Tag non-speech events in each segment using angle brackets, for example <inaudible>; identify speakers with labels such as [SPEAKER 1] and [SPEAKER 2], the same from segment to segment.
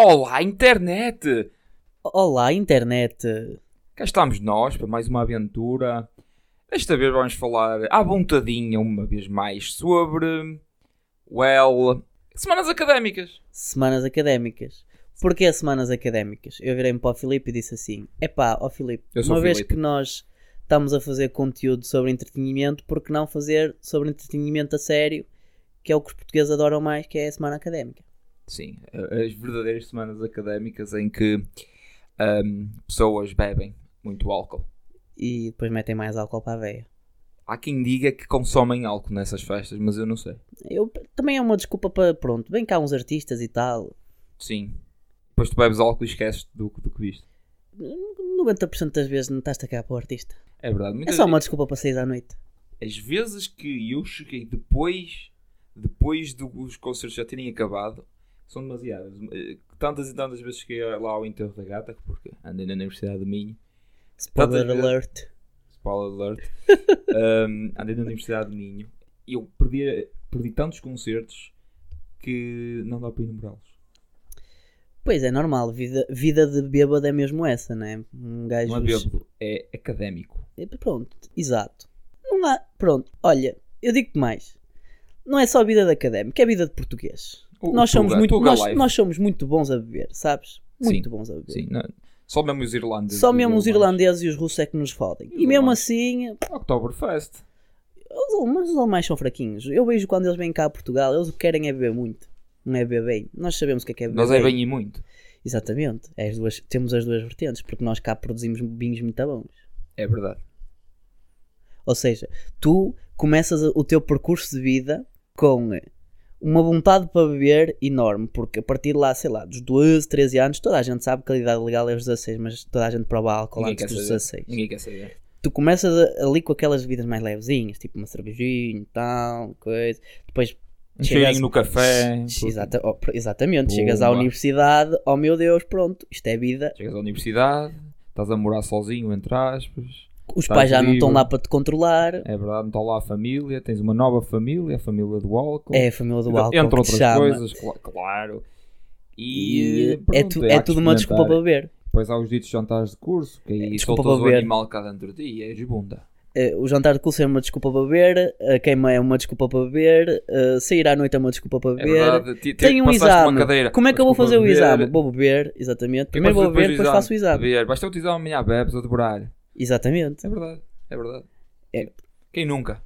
[SPEAKER 1] Olá, internet!
[SPEAKER 2] Olá, internet!
[SPEAKER 1] Cá estamos nós para mais uma aventura. Desta vez vamos falar à vontadinha, uma vez mais, sobre. Well. Semanas académicas.
[SPEAKER 2] Semanas académicas. Porquê semanas académicas? Eu virei-me para o Filipe e disse assim: Epá, ó Filipe,
[SPEAKER 1] Eu sou
[SPEAKER 2] uma
[SPEAKER 1] o
[SPEAKER 2] vez
[SPEAKER 1] Filipe.
[SPEAKER 2] que nós estamos a fazer conteúdo sobre entretenimento, por que não fazer sobre entretenimento a sério, que é o que os portugueses adoram mais, que é a semana académica?
[SPEAKER 1] Sim, as verdadeiras semanas académicas em que ahm, pessoas bebem muito álcool.
[SPEAKER 2] E depois metem mais álcool para a veia.
[SPEAKER 1] Há quem diga que consomem álcool nessas festas, mas eu não sei.
[SPEAKER 2] Eu, também é uma desculpa para, pronto, vem cá uns artistas e tal.
[SPEAKER 1] Sim. Depois tu bebes álcool e esqueces do, do que viste.
[SPEAKER 2] 90% das vezes não estás a cagar para o artista.
[SPEAKER 1] É verdade.
[SPEAKER 2] É
[SPEAKER 1] muitas
[SPEAKER 2] só uma desculpa para sair à noite.
[SPEAKER 1] as vezes que eu cheguei depois depois dos concertos já terem acabado são demasiadas Eh, tantas e tantas vezes cheguei lá ao enterro da gata porque andei na Universidade de Minho
[SPEAKER 2] Spoiler
[SPEAKER 1] vezes.
[SPEAKER 2] alert.
[SPEAKER 1] spoiler alert
[SPEAKER 2] <laughs>
[SPEAKER 1] um, andei na Universidade de Minho e eu perdi, perdi tantos concertos que não dá para enumerá-los
[SPEAKER 2] Pois é, normal. Vida, vida de bêbado é mesmo essa, né? Um gajo.
[SPEAKER 1] não é bêbado, é académico
[SPEAKER 2] É, Pronto, exato. Não há. Pronto, olha, eu digo-te mais. Não é só vida de académico, é vida de português.
[SPEAKER 1] O-
[SPEAKER 2] nós,
[SPEAKER 1] o
[SPEAKER 2] somos
[SPEAKER 1] Tuga-
[SPEAKER 2] muito,
[SPEAKER 1] Tuga
[SPEAKER 2] nós,
[SPEAKER 1] Live.
[SPEAKER 2] nós somos muito bons a beber, sabes?
[SPEAKER 1] Sim,
[SPEAKER 2] Muito bons a beber.
[SPEAKER 1] sim, não- só mesmo os irlandeses
[SPEAKER 2] Só mesmo os
[SPEAKER 1] Os
[SPEAKER 2] irlandeses e os russos é que nos fodem.
[SPEAKER 1] Os
[SPEAKER 2] E mesmo
[SPEAKER 1] alemães.
[SPEAKER 2] assim,
[SPEAKER 1] Oktoberfest
[SPEAKER 2] os alemães, os alemães são fraquinhos. Eu vejo quando eles vêm cá a Portugal, eles o que querem é beber muito. Não é beber bem. Nós sabemos o que é que é beber
[SPEAKER 1] nós
[SPEAKER 2] bem.
[SPEAKER 1] é bem e muito
[SPEAKER 2] Exatamente. É as duas, temos as duas vertentes, porque nós cá produzimos vinhos muito bons.
[SPEAKER 1] é verdade
[SPEAKER 2] Ou seja, tu começas o teu percurso de vida com eh, uma vontade para beber enorme, porque a partir de lá, sei lá, dos 12, 13 anos, toda a gente sabe que a idade legal é os 16, mas toda a gente prova álcool
[SPEAKER 1] Ninguém quer
[SPEAKER 2] antes dos
[SPEAKER 1] saber.
[SPEAKER 2] 16.
[SPEAKER 1] ninguém quer saber
[SPEAKER 2] Tu começas a- ali com aquelas bebidas mais levezinhas, tipo uma cervejinha, tal, coisa. Depois
[SPEAKER 1] Um
[SPEAKER 2] Chegas-
[SPEAKER 1] cheirinho no café.
[SPEAKER 2] Exata- oh, pr- exatamente,
[SPEAKER 1] Pumba.
[SPEAKER 2] chegas à universidade, oh meu Deus, pronto, isto é vida.
[SPEAKER 1] Chegas à universidade, estás a morar sozinho, entre aspas.
[SPEAKER 2] Os
[SPEAKER 1] Tá
[SPEAKER 2] pais já não
[SPEAKER 1] incrível.
[SPEAKER 2] estão lá para te controlar.
[SPEAKER 1] É verdade, não está lá a família, tens uma nova família, a família do álcool.
[SPEAKER 2] É a família do álcool
[SPEAKER 1] Entre
[SPEAKER 2] que te
[SPEAKER 1] outras
[SPEAKER 2] chama.
[SPEAKER 1] coisas, cla- claro. E,
[SPEAKER 2] E é,
[SPEAKER 1] pronto,
[SPEAKER 2] tu-
[SPEAKER 1] há
[SPEAKER 2] é
[SPEAKER 1] que
[SPEAKER 2] tudo uma desculpa para
[SPEAKER 1] experimentar.
[SPEAKER 2] beber.
[SPEAKER 1] Depois há os ditos jantares de curso, que aí
[SPEAKER 2] desculpa
[SPEAKER 1] soltas o
[SPEAKER 2] para beber.
[SPEAKER 1] animal cá dentro de ti, é de bunda.
[SPEAKER 2] Eh, o jantar de curso é uma desculpa para beber, a queima é uma desculpa para beber, eh, sair à noite é uma desculpa para
[SPEAKER 1] É
[SPEAKER 2] beber.
[SPEAKER 1] verdade, ti- ti-
[SPEAKER 2] Tenho um
[SPEAKER 1] passaste por
[SPEAKER 2] exame.
[SPEAKER 1] Uma cadeira,
[SPEAKER 2] Como é que eu vou
[SPEAKER 1] desculpa
[SPEAKER 2] fazer o
[SPEAKER 1] beber.
[SPEAKER 2] exame? Vou beber, exatamente. Primeiro vou beber, depois faço o exame.
[SPEAKER 1] Beber. Basta o exame amanhã, bebes a demorar.
[SPEAKER 2] Exatamente.
[SPEAKER 1] É verdade, é verdade.
[SPEAKER 2] É.
[SPEAKER 1] Quem nunca?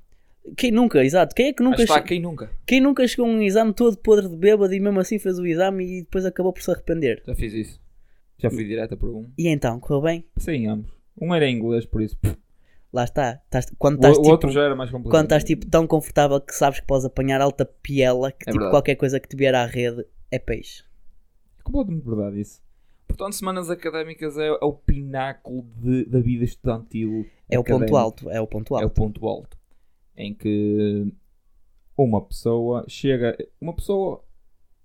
[SPEAKER 2] Quem nunca, exato. Quem é que
[SPEAKER 1] Nunca
[SPEAKER 2] nunca,
[SPEAKER 1] está,
[SPEAKER 2] che-
[SPEAKER 1] quem nunca?
[SPEAKER 2] quem nunca chegou a um exame todo podre de bêbado e mesmo assim fez o exame e depois acabou por se arrepender?
[SPEAKER 1] Já fiz isso. Já fui direta por um.
[SPEAKER 2] E então, correu bem?
[SPEAKER 1] Passei em ambos. Um era em inglês, por isso. pff,
[SPEAKER 2] Lá está. Estás- quando
[SPEAKER 1] O,
[SPEAKER 2] estás
[SPEAKER 1] o
[SPEAKER 2] tipo,
[SPEAKER 1] outro já era mais complicado.
[SPEAKER 2] quando estás, tipo, tão confortável que sabes que podes apanhar alta piela, que
[SPEAKER 1] É
[SPEAKER 2] tipo,
[SPEAKER 1] verdade.
[SPEAKER 2] qualquer coisa que te vier à rede é peixe.
[SPEAKER 1] É
[SPEAKER 2] tipo
[SPEAKER 1] completamente verdade isso. Portanto, semanas académicas é, é o pináculo de- da vida estudantil.
[SPEAKER 2] É o ponto
[SPEAKER 1] académica.
[SPEAKER 2] alto, é o ponto
[SPEAKER 1] É o
[SPEAKER 2] alto.
[SPEAKER 1] ponto alto. Em que uma pessoa chega. Uma pessoa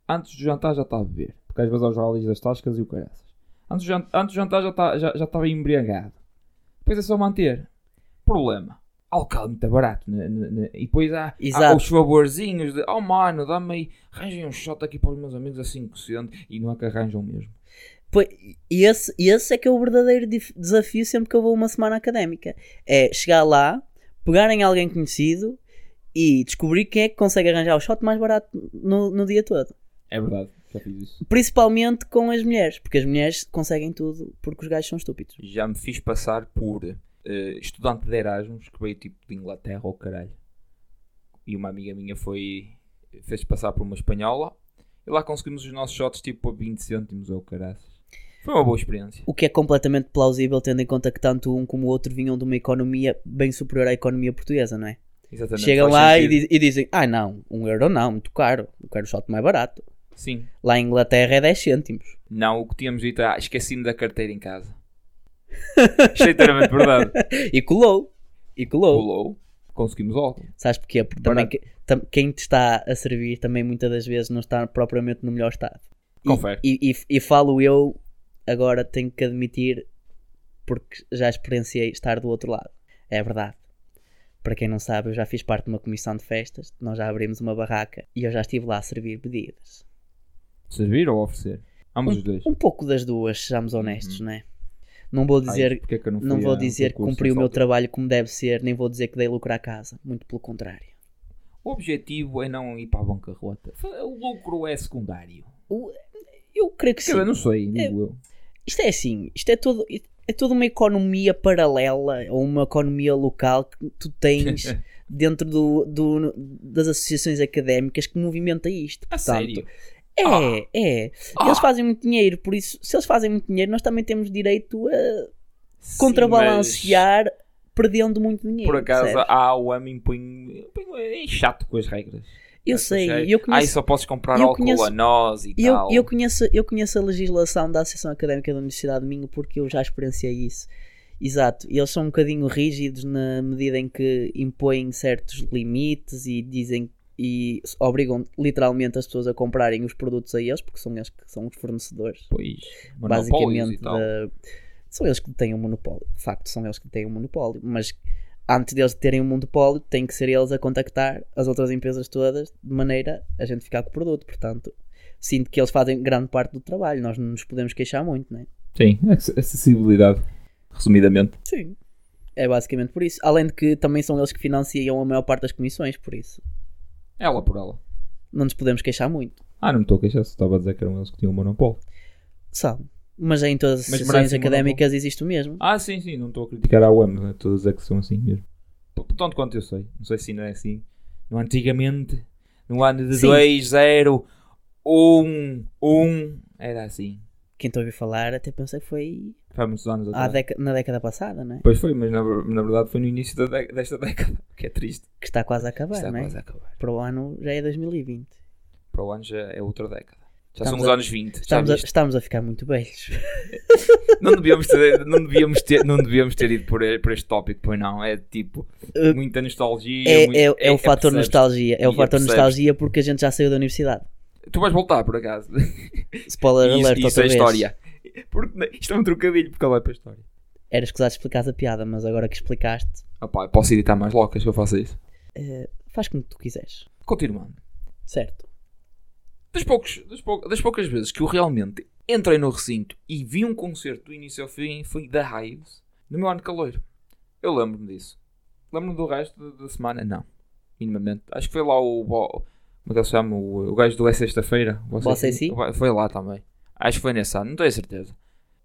[SPEAKER 1] antes do jantar já está a beber. Porque às vezes há os ralis das tascas e o caraças. Antes do jan- antes do jantar já está já, já estava embriagado. Depois é só manter. Problema. Álcool é muito barato. né, né, né. E depois há, há
[SPEAKER 2] Exato.
[SPEAKER 1] os favorzinhos de oh mano, dá-me aí, arranjem um shot aqui para os meus amigos a 5% e não é que arranjam mesmo.
[SPEAKER 2] Pois, e esse, e esse é que é o verdadeiro dif- desafio sempre que eu vou uma semana académica. É chegar lá, pegarem alguém conhecido e descobrir quem é que consegue arranjar o shot mais barato no, no dia todo.
[SPEAKER 1] É verdade, já fiz isso.
[SPEAKER 2] Principalmente com as mulheres, porque as mulheres conseguem tudo porque os gajos são estúpidos.
[SPEAKER 1] Já me fiz passar por eh, estudante de Erasmus que veio tipo de Inglaterra ou caralho. E uma amiga minha foi. fez passar por uma espanhola e lá conseguimos os nossos shots tipo a 20 cêntimos ou caraças. Foi uma boa experiência.
[SPEAKER 2] O que é completamente plausível, tendo em conta que tanto um como o outro vinham de uma economia bem superior à economia portuguesa, não é?
[SPEAKER 1] Exatamente.
[SPEAKER 2] Chegam
[SPEAKER 1] faz
[SPEAKER 2] lá e,
[SPEAKER 1] sentido.
[SPEAKER 2] diz- e dizem: Ah, não, um euro não, muito caro, eu quero o shot mais barato.
[SPEAKER 1] Sim.
[SPEAKER 2] Lá em Inglaterra é 10 cêntimos.
[SPEAKER 1] Não, o que tínhamos dito, ah, esqueci-me da carteira em casa. Cheiramente
[SPEAKER 2] <laughs>
[SPEAKER 1] verdade.
[SPEAKER 2] E colou. E colou.
[SPEAKER 1] Pulou, conseguimos álcool.
[SPEAKER 2] Sabes porquê? Porque também
[SPEAKER 1] Barato.
[SPEAKER 2] que- tam- quem te está a servir também muitas das vezes não está propriamente no melhor estado. E-
[SPEAKER 1] Confere.
[SPEAKER 2] E, e- e falo eu, agora tenho que admitir, porque já experienciei estar do outro lado. É verdade. Para quem não sabe, eu já fiz parte de uma comissão de festas, nós já abrimos uma barraca e eu já estive lá a servir bebidas.
[SPEAKER 1] Servir ou oferecer? Ambos os dois.
[SPEAKER 2] Um pouco das duas, sejamos honestos, não é? Não vou
[SPEAKER 1] Uhum.
[SPEAKER 2] dizer,
[SPEAKER 1] Ai, porque é que eu não,
[SPEAKER 2] não
[SPEAKER 1] fui
[SPEAKER 2] vou
[SPEAKER 1] a um
[SPEAKER 2] dizer que
[SPEAKER 1] concurso
[SPEAKER 2] cumpri o
[SPEAKER 1] nessa
[SPEAKER 2] meu
[SPEAKER 1] altura?
[SPEAKER 2] trabalho como deve ser, nem vou dizer que dei lucro à casa. Muito pelo contrário.
[SPEAKER 1] O objetivo é não ir para a bancarrota. O lucro é secundário.
[SPEAKER 2] O- Eu creio que sim.
[SPEAKER 1] Quer dizer, não sei, digo eu.
[SPEAKER 2] Isto é assim, isto é todo. É toda uma economia paralela ou uma economia local que tu
[SPEAKER 1] <laughs>
[SPEAKER 2] tens dentro do, do- das associações académicas que movimenta isto.
[SPEAKER 1] A
[SPEAKER 2] Portanto,
[SPEAKER 1] sério.
[SPEAKER 2] É,
[SPEAKER 1] Ah.
[SPEAKER 2] é.
[SPEAKER 1] Ah.
[SPEAKER 2] Eles fazem muito dinheiro, por isso, se eles fazem muito dinheiro, nós também temos direito a
[SPEAKER 1] Sim,
[SPEAKER 2] contrabalancear perdendo muito
[SPEAKER 1] mas,
[SPEAKER 2] dinheiro.
[SPEAKER 1] Por acaso, ah,
[SPEAKER 2] percebes?
[SPEAKER 1] a AOM impõe, impõe. É chato com as regras.
[SPEAKER 2] eu
[SPEAKER 1] Essas
[SPEAKER 2] sei,
[SPEAKER 1] regras.
[SPEAKER 2] eu
[SPEAKER 1] é. Ai,
[SPEAKER 2] conheço,
[SPEAKER 1] só podes comprar
[SPEAKER 2] eu
[SPEAKER 1] álcool
[SPEAKER 2] conheço-
[SPEAKER 1] a nós e
[SPEAKER 2] eu,
[SPEAKER 1] tal.
[SPEAKER 2] eu conheço, eu conheço a legislação da Associação Académica da Universidade de Minho porque eu já experienciei isso. Exato, e eles são um bocadinho rígidos na medida em que impõem certos limites e dizem e obrigam literalmente as pessoas a comprarem os produtos a eles, porque são eles que são os fornecedores.
[SPEAKER 1] Pois, monopólios e
[SPEAKER 2] basicamente
[SPEAKER 1] tal.
[SPEAKER 2] da- são eles que têm o monopólio de facto são eles que têm o monopólio mas antes deles terem o monopólio têm que ser eles a contactar as outras empresas todas de maneira a gente ficar com o produto portanto sinto que eles fazem grande parte do trabalho nós não nos podemos queixar muito né
[SPEAKER 1] Sim, ac- acessibilidade. Resumidamente.
[SPEAKER 2] sim é basicamente por isso além de que também são eles que financiam a maior parte das comissões por isso
[SPEAKER 1] Ela por ela.
[SPEAKER 2] não nos podemos queixar muito
[SPEAKER 1] Ah, não me estou a queixar, só estava a dizer que eram eles que tinham o monopólio.
[SPEAKER 2] são mas em todas as
[SPEAKER 1] Mas
[SPEAKER 2] associações
[SPEAKER 1] merecem o monopólio.
[SPEAKER 2] académicas existe o mesmo
[SPEAKER 1] Ah, sim, sim, não estou a criticar a AOM, né? todas é que são assim mesmo. P- Tanto quanto eu sei, não sei se não é assim. No antigamente, no ano de
[SPEAKER 2] Sim.
[SPEAKER 1] 2, 0, 1, 1, era assim.
[SPEAKER 2] quem te ouviu falar até pensei que foi
[SPEAKER 1] Foi há muitos anos
[SPEAKER 2] há
[SPEAKER 1] atrás.
[SPEAKER 2] déca- na década passada né
[SPEAKER 1] Pois foi, mas na, ver- na verdade foi no início da dé- desta década, <laughs> o que é triste.
[SPEAKER 2] que está quase a acabar,
[SPEAKER 1] Está
[SPEAKER 2] não é?
[SPEAKER 1] quase a acabar.
[SPEAKER 2] Para o ano já é 2020.
[SPEAKER 1] Para o ano já é outra década. Já
[SPEAKER 2] Estamos
[SPEAKER 1] são os
[SPEAKER 2] a-
[SPEAKER 1] anos 20. já
[SPEAKER 2] Estamos a,
[SPEAKER 1] viste?
[SPEAKER 2] estamos a ficar muito velhos.
[SPEAKER 1] Não, devíamos ter, não, devíamos ter, não devíamos ter ido por, por este tópico, pois não. É tipo,
[SPEAKER 2] Uh,
[SPEAKER 1] muita nostalgia.
[SPEAKER 2] É,
[SPEAKER 1] muito-
[SPEAKER 2] é, é o fator
[SPEAKER 1] percebes?
[SPEAKER 2] nostalgia. É o
[SPEAKER 1] E
[SPEAKER 2] fator
[SPEAKER 1] percebes.
[SPEAKER 2] nostalgia porque a gente já saiu da universidade.
[SPEAKER 1] Tu vais voltar, por acaso.
[SPEAKER 2] Spoiler
[SPEAKER 1] Isso,
[SPEAKER 2] alert
[SPEAKER 1] isso
[SPEAKER 2] outra
[SPEAKER 1] é
[SPEAKER 2] vez.
[SPEAKER 1] história. Porque, isto é um trocadilho, porque ele vai para a história.
[SPEAKER 2] Era escusado explicar a piada, mas agora que explicaste, eh,
[SPEAKER 1] Ah pá, posso editar mais locas que eu faça isso.
[SPEAKER 2] faz como tu quiseres.
[SPEAKER 1] Continuando.
[SPEAKER 2] Certo.
[SPEAKER 1] Das, poucos, das, pou- das poucas vezes que eu realmente entrei no recinto e vi um concerto do início ao fim foi da Hives, no meu ano de calor. Eu lembro-me disso. Lembro-me do resto da, da semana? Não. Minimamente. Acho que foi lá o. bo- Como é que ele se chama? O, o gajo do É Sexta-feira. O
[SPEAKER 2] Bossa em Si?
[SPEAKER 1] Foi lá também. Acho que foi nesse ano, não tenho certeza.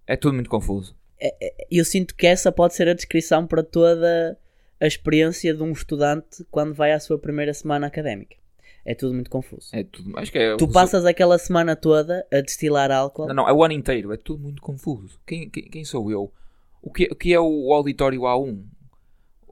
[SPEAKER 1] É tudo muito confuso.
[SPEAKER 2] Eu sinto que essa pode ser a descrição para toda a experiência de um estudante quando vai à sua primeira semana académica. É tudo muito confuso.
[SPEAKER 1] É tudo. Acho que é.
[SPEAKER 2] Tu passas aquela semana toda a destilar álcool.
[SPEAKER 1] Não, não, é o ano inteiro, é tudo muito confuso. Quem, quem, quem sou eu? O que, o que é o auditório A1?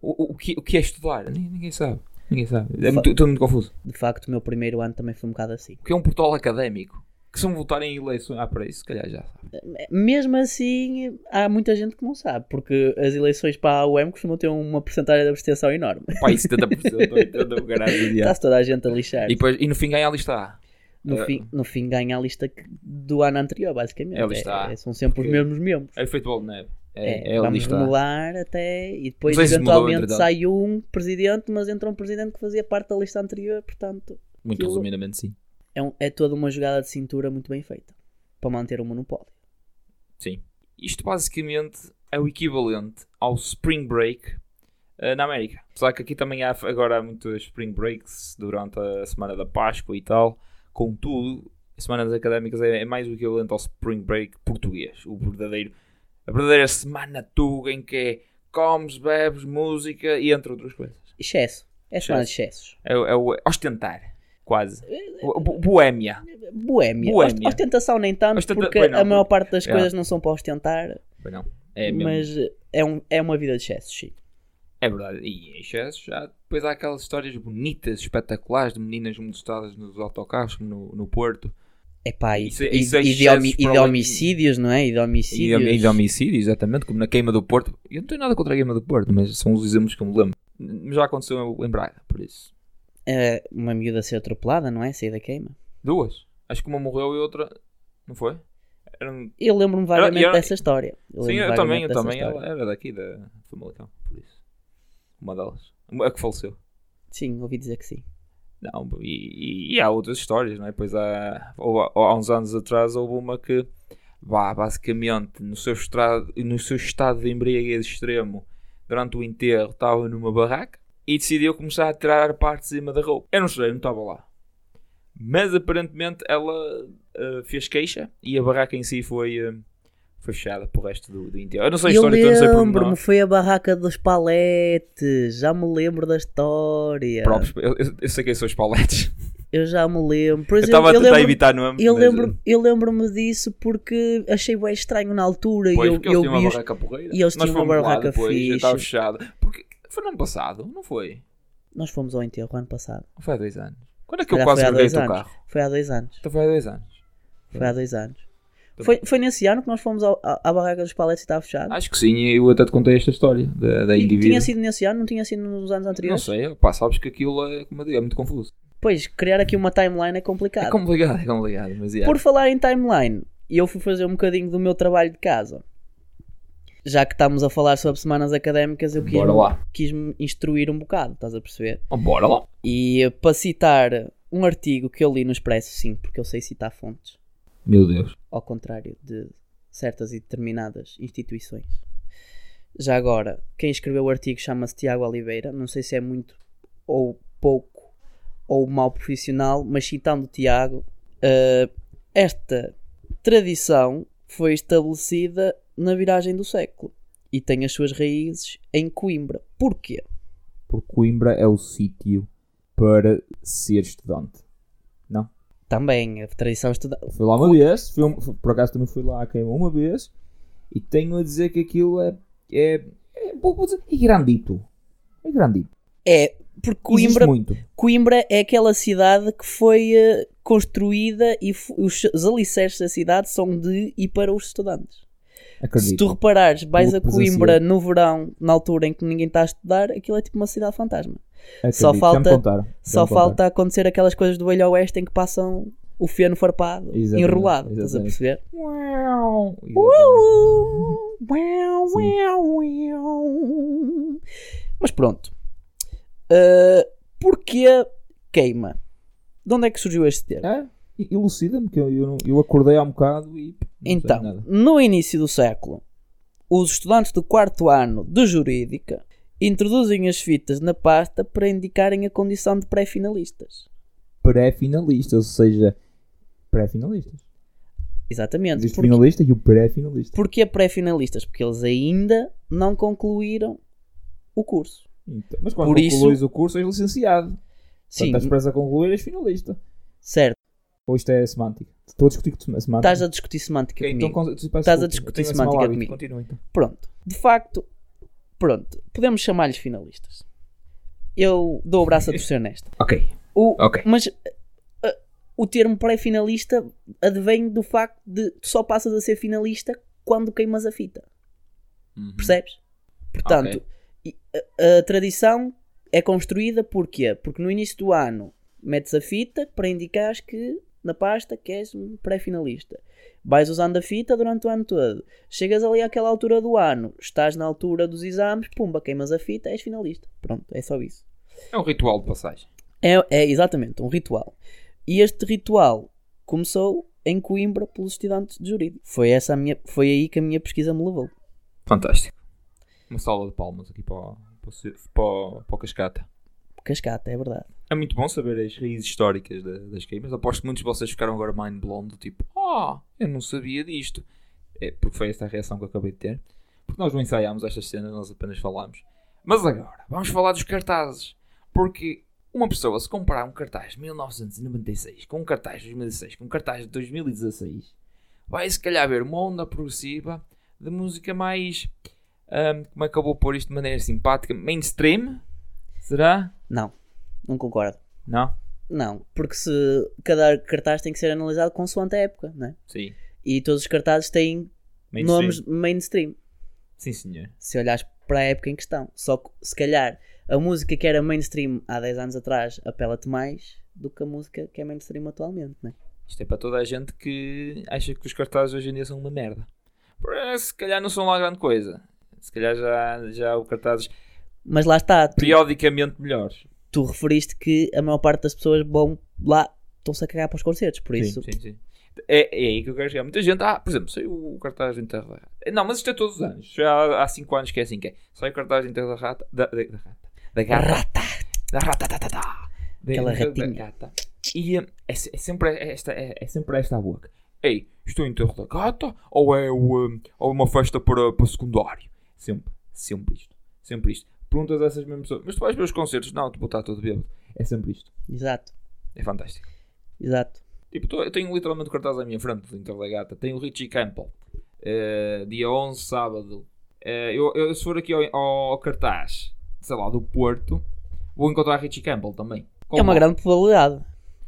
[SPEAKER 1] O, o- o que, o que é estudar? Ninguém, ninguém sabe. Ninguém sabe. É
[SPEAKER 2] Fa-
[SPEAKER 1] muito- tudo muito confuso.
[SPEAKER 2] De facto, o meu primeiro ano também foi um bocado assim.
[SPEAKER 1] O que é um portal académico? Que se não votarem em eleições. Ah, para isso, se calhar já sabe.
[SPEAKER 2] Mesmo assim, há muita gente que não sabe, porque as eleições para a UEM costumam ter uma porcentagem de abstenção enorme.
[SPEAKER 1] Pai, 70%, 80%, o caralho, já.
[SPEAKER 2] Está-se toda a gente a lixar.
[SPEAKER 1] E, depois, e no fim ganha a lista A.
[SPEAKER 2] No,
[SPEAKER 1] eh,
[SPEAKER 2] fim, no fim, ganha a lista que- do ano anterior, basicamente.
[SPEAKER 1] É a lista A.
[SPEAKER 2] É- são sempre
[SPEAKER 1] Porque-
[SPEAKER 2] os mesmos membros.
[SPEAKER 1] É feito bola de neve. É,
[SPEAKER 2] É,
[SPEAKER 1] é, a
[SPEAKER 2] vamos
[SPEAKER 1] lista A.
[SPEAKER 2] remolar até e depois
[SPEAKER 1] Não sei se mudou,
[SPEAKER 2] eventualmente
[SPEAKER 1] entretanto.
[SPEAKER 2] sai um presidente, mas entra um presidente que fazia parte da lista anterior, portanto
[SPEAKER 1] Muito
[SPEAKER 2] aquilo.
[SPEAKER 1] resumidamente, sim.
[SPEAKER 2] é, um- é toda uma jogada de cintura muito bem feita para manter o monopólio.
[SPEAKER 1] Isto basicamente é o equivalente ao Spring Break eh, na América. Apesar que aqui também há agora há muitos Spring Breaks durante a semana da Páscoa e tal. Contudo, as semanas académicas é, é mais o equivalente ao Spring Break português. O verdadeiro, a verdadeira semana tuga em que é comes, bebes, música e entre outras coisas.
[SPEAKER 2] Excesso. É chamado de excessos.
[SPEAKER 1] É, o- é o ostentar, quase. O- bo- Boémia.
[SPEAKER 2] Boémia.
[SPEAKER 1] Boémia.
[SPEAKER 2] Ost- Ostentação nem tanto,
[SPEAKER 1] Ostenta-
[SPEAKER 2] porque
[SPEAKER 1] pois não,
[SPEAKER 2] a maior parte das
[SPEAKER 1] é.
[SPEAKER 2] coisas não são para ostentar,
[SPEAKER 1] Pois Não, é mesmo.
[SPEAKER 2] mas é, um, é uma vida de excessos, sim.
[SPEAKER 1] É verdade, e em excesso já depois há aquelas histórias bonitas, espetaculares, de meninas molestadas nos autocarros como no, no Porto
[SPEAKER 2] Epá, e,
[SPEAKER 1] Isso-
[SPEAKER 2] e-
[SPEAKER 1] isso é
[SPEAKER 2] e de,
[SPEAKER 1] excessos
[SPEAKER 2] homi- e
[SPEAKER 1] para
[SPEAKER 2] de
[SPEAKER 1] além-
[SPEAKER 2] homicídios, não é? E de
[SPEAKER 1] e
[SPEAKER 2] homicídios.
[SPEAKER 1] de, e de homicídio, exatamente, como na queima do Porto. Eu não tenho nada contra a queima do Porto, mas são os exemplos que eu me lembro. N- Já aconteceu em Braga, por isso.
[SPEAKER 2] É, uma miúda ser atropelada, não é? Sair da queima.
[SPEAKER 1] Duas. Acho que uma morreu e outra. Não foi? Era um-
[SPEAKER 2] Eu lembro-me vagamente
[SPEAKER 1] Era- era-
[SPEAKER 2] dessa história.
[SPEAKER 1] Sim,
[SPEAKER 2] lembro-me
[SPEAKER 1] eu também,
[SPEAKER 2] vagamente
[SPEAKER 1] eu
[SPEAKER 2] dessa
[SPEAKER 1] também.
[SPEAKER 2] história.
[SPEAKER 1] Ela era daqui, da de Famalicão, por isso. Uma delas. Uma- A que faleceu.
[SPEAKER 2] Sim, ouvi dizer que sim.
[SPEAKER 1] Não, e, e- e há outras histórias, não é? Pois há, ou há, ou há uns anos atrás houve uma que, vá, basicamente, no seu, estrado, no seu estado de embriaguez extremo, durante o enterro, estava numa barraca e decidiu começar a tirar a parte de cima da roupa. Eu não sei, não estava lá. Mas aparentemente ela eh, fez queixa e a barraca em si foi, eh, foi fechada para o resto do, do enterro. Eu não sei a
[SPEAKER 2] Eu
[SPEAKER 1] história, então não sei por
[SPEAKER 2] lembro-me, foi a barraca dos paletes. Já me lembro da história.
[SPEAKER 1] Próprios, eu, eu- eu sei quem são os paletes.
[SPEAKER 2] Eu já me lembro. Por
[SPEAKER 1] Eu estava
[SPEAKER 2] exemplo,
[SPEAKER 1] a
[SPEAKER 2] eu
[SPEAKER 1] tentar
[SPEAKER 2] lembro-
[SPEAKER 1] evitar nome.
[SPEAKER 2] eu
[SPEAKER 1] mas, eh,
[SPEAKER 2] lembro- eu lembro-me disso porque achei bem estranho na altura. e
[SPEAKER 1] Pois,
[SPEAKER 2] eu,
[SPEAKER 1] porque eles
[SPEAKER 2] eu
[SPEAKER 1] tinham
[SPEAKER 2] vi
[SPEAKER 1] uma
[SPEAKER 2] os-
[SPEAKER 1] barraca porreira.
[SPEAKER 2] e eles
[SPEAKER 1] Nós
[SPEAKER 2] tinham uma
[SPEAKER 1] fomos lá
[SPEAKER 2] barraca
[SPEAKER 1] depois,
[SPEAKER 2] fixe.
[SPEAKER 1] já estava fechado. Porque foi no ano passado, não foi?
[SPEAKER 2] Nós fomos ao enterro ano passado.
[SPEAKER 1] Ou foi há dois anos? Quando é que eu
[SPEAKER 2] Calhar
[SPEAKER 1] quase
[SPEAKER 2] foi há
[SPEAKER 1] caguei o
[SPEAKER 2] dois
[SPEAKER 1] teu
[SPEAKER 2] anos.
[SPEAKER 1] carro?
[SPEAKER 2] Foi há dois anos.
[SPEAKER 1] Então foi há dois anos.
[SPEAKER 2] Foi há dois anos.
[SPEAKER 1] Tá
[SPEAKER 2] Foi, foi nesse ano que nós fomos ao- à, à barraca dos paletes e estava fechado.
[SPEAKER 1] Acho que sim, e eu até te contei esta história da, da
[SPEAKER 2] Ah. E
[SPEAKER 1] indivíduo.
[SPEAKER 2] tinha sido nesse ano, não tinha sido nos anos
[SPEAKER 1] Não
[SPEAKER 2] anteriores.
[SPEAKER 1] sei, pá, sabes que aquilo é, como eu digo, é muito confuso.
[SPEAKER 2] Pois, criar aqui uma timeline é
[SPEAKER 1] É
[SPEAKER 2] complicado.
[SPEAKER 1] complicado, é complicado, mas yeah.
[SPEAKER 2] Por falar em timeline, eu fui fazer um bocadinho do meu trabalho de casa. Já que estamos a falar sobre semanas académicas, eu quis-
[SPEAKER 1] Bora lá.
[SPEAKER 2] quis-me instruir um bocado, estás a perceber?
[SPEAKER 1] Oh, bora lá.
[SPEAKER 2] E eh, para citar um artigo que eu li no Expresso 5, porque eu sei citar fontes,
[SPEAKER 1] Meu Deus.
[SPEAKER 2] ao contrário de certas e determinadas instituições. Já agora, quem escreveu o artigo chama-se Tiago Oliveira, não sei se é muito ou pouco ou mal profissional, mas citando o Tiago, eh, esta tradição foi estabelecida na viragem do século e tem as suas raízes em Coimbra. Porquê?
[SPEAKER 1] Porque Coimbra é o sítio para ser estudante.
[SPEAKER 2] Também a tradição estudante.
[SPEAKER 1] Fui lá uma vez, fui um- fui- por acaso também fui lá a queima uma vez, e tenho a dizer que aquilo é. é, é, vou- vou dizer, é grandito. É grandito.
[SPEAKER 2] É, porque Coimbra
[SPEAKER 1] Existe muito.
[SPEAKER 2] Coimbra é aquela cidade que foi eh, construída e fo- os, os alicerces da cidade são de e para os estudantes. Se tu
[SPEAKER 1] Acredito.
[SPEAKER 2] reparares, vais
[SPEAKER 1] Eu
[SPEAKER 2] a
[SPEAKER 1] presenciei.
[SPEAKER 2] Coimbra no verão, na altura em que ninguém está a estudar, aquilo é tipo uma cidade fantasma.
[SPEAKER 1] acredito.
[SPEAKER 2] só
[SPEAKER 1] Já me
[SPEAKER 2] falta-
[SPEAKER 1] contaram, já me
[SPEAKER 2] Só
[SPEAKER 1] contaram.
[SPEAKER 2] falta acontecer aquelas coisas do Velho Oeste em que passam o feno farpado,
[SPEAKER 1] Exatamente,
[SPEAKER 2] enrolado. Estás a
[SPEAKER 1] exatamente.
[SPEAKER 2] perceber?
[SPEAKER 1] Uau.
[SPEAKER 2] Uh, uau, uau, uau. Mas pronto. Uh, porquê queima? De onde é que surgiu este termo?
[SPEAKER 1] É, e- Elucida-me, que eu, eu, não- eu acordei há um bocado e. pff, Não sei
[SPEAKER 2] Então,
[SPEAKER 1] nada.
[SPEAKER 2] no início do século, os estudantes do quarto ano de Jurídica introduzem as fitas na pasta para indicarem a condição de pré-finalistas.
[SPEAKER 1] Pré-finalistas, ou seja, pré-finalistas.
[SPEAKER 2] Exatamente.
[SPEAKER 1] Existe o
[SPEAKER 2] Por,
[SPEAKER 1] finalista e o pré-finalista.
[SPEAKER 2] porquê pré-finalistas? Porque eles ainda não concluíram o curso.
[SPEAKER 1] Então, mas quando
[SPEAKER 2] Por isso-
[SPEAKER 1] concluís o curso, és licenciado. Sim.
[SPEAKER 2] Sim,
[SPEAKER 1] Quando estás prestes a concluir, és finalista.
[SPEAKER 2] certo.
[SPEAKER 1] Ou isto é semântica? Estou a discutir com semântica.
[SPEAKER 2] Estás a discutir semântica
[SPEAKER 1] Ok, então,
[SPEAKER 2] comigo.
[SPEAKER 1] con- desculpa,
[SPEAKER 2] Estás a
[SPEAKER 1] desculpa,
[SPEAKER 2] discutir
[SPEAKER 1] eu tenho esse
[SPEAKER 2] semântica
[SPEAKER 1] mau hábito.
[SPEAKER 2] comigo.
[SPEAKER 1] Continua, então.
[SPEAKER 2] Pronto. De facto, pronto. Podemos chamar-lhes finalistas. Eu dou o braço a torcer nesta.
[SPEAKER 1] Ok,
[SPEAKER 2] O,
[SPEAKER 1] ok.
[SPEAKER 2] Mas eh, o termo pré-finalista advém do facto de tu só passas a ser finalista quando queimas a fita,
[SPEAKER 1] Uhum.
[SPEAKER 2] percebes? Portanto, e- a, a tradição é construída porquê? Porque no início do ano metes a fita para indicares que na pasta que és um pré-finalista. Vais usando a fita durante o ano todo. Chegas ali àquela altura do ano, estás na altura dos exames, pumba, queimas a fita, és finalista. Pronto, é só isso.
[SPEAKER 1] É um ritual de passagem.
[SPEAKER 2] É, é exatamente um ritual. E este ritual começou em Coimbra pelos estudantes de jurídico. Foi, essa a minha, foi aí que a minha pesquisa me levou.
[SPEAKER 1] Fantástico. Uma salva de palmas aqui para, o- para, o se- para, o- para o Cascata.
[SPEAKER 2] Cascata, é verdade.
[SPEAKER 1] É muito bom saber as raízes históricas da- das queimas. Aposto que muitos de vocês ficaram agora mind blown do tipo, ah, eu não sabia disto. É porque foi esta a reação que eu acabei de ter. Porque nós não ensaiámos estas cenas, nós apenas falámos. Mas agora, vamos falar dos cartazes. Porque uma pessoa, se comparar um cartaz de 1996 com um cartaz de 2016 com um cartaz de 2016, vai se calhar ver uma onda progressiva de música mais. ahm, como é que eu vou pôr isto de maneira simpática? Mainstream? Será?
[SPEAKER 2] Não, não concordo.
[SPEAKER 1] Não?
[SPEAKER 2] Não, porque se cada cartaz tem que ser analisado consoante a época, né?
[SPEAKER 1] Sim.
[SPEAKER 2] E todos os cartazes têm
[SPEAKER 1] Mainstream.
[SPEAKER 2] nomes mainstream,
[SPEAKER 1] Sim, senhor.
[SPEAKER 2] se olhares para a época em questão. Só que, se calhar, a música que era mainstream há 10 anos atrás apela-te mais do que a música que é mainstream atualmente, né?
[SPEAKER 1] Isto é para toda a gente que acha que os cartazes hoje em dia são uma merda. Por- eh, Se calhar não são lá grande coisa. Se calhar já, já há cartazes
[SPEAKER 2] Mas lá está, tu
[SPEAKER 1] periodicamente melhores.
[SPEAKER 2] tu referiste que a maior parte das pessoas vão lá, estão-se a cagar para os concertos, por isso.
[SPEAKER 1] Sim, sim, sim. É, é aí que eu quero chegar. Muita gente, ah, por exemplo, saiu o cartaz de Enterro da Rata. Não, mas isto é todos os anos. Já há 5 anos que é assim que é. Sai o cartaz de Enterro da Rata. Da, da, da Rata. Da
[SPEAKER 2] A
[SPEAKER 1] Gata.
[SPEAKER 2] Rata!
[SPEAKER 1] Da Rata. Da, da, da. Da-
[SPEAKER 2] Aquela
[SPEAKER 1] da-
[SPEAKER 2] ratinha.
[SPEAKER 1] Da gata. E hum, é, se- é sempre esta, é, é sempre esta a boca. Ei, estou em Enterro da Gata ou é o, hum, ou uma festa para, para secundário? Sempre, sempre isto. Sempre isto. Perguntas a essas mesmas pessoas. Mas tu vais ver os concertos? Não, tu vou estar todo bêbado. É sempre isto.
[SPEAKER 2] Exato,
[SPEAKER 1] É fantástico.
[SPEAKER 2] exato.
[SPEAKER 1] Tipo, tô- eu tenho literalmente o cartaz à minha frente do Inter da Gata. Tenho o Richie Campbell. eh, dia 11, sábado. Eh, eu, eu- se for aqui ao, ao cartaz, sei lá, do Porto, vou encontrar Richie Campbell também. Com
[SPEAKER 2] É uma
[SPEAKER 1] lá.
[SPEAKER 2] grande probabilidade.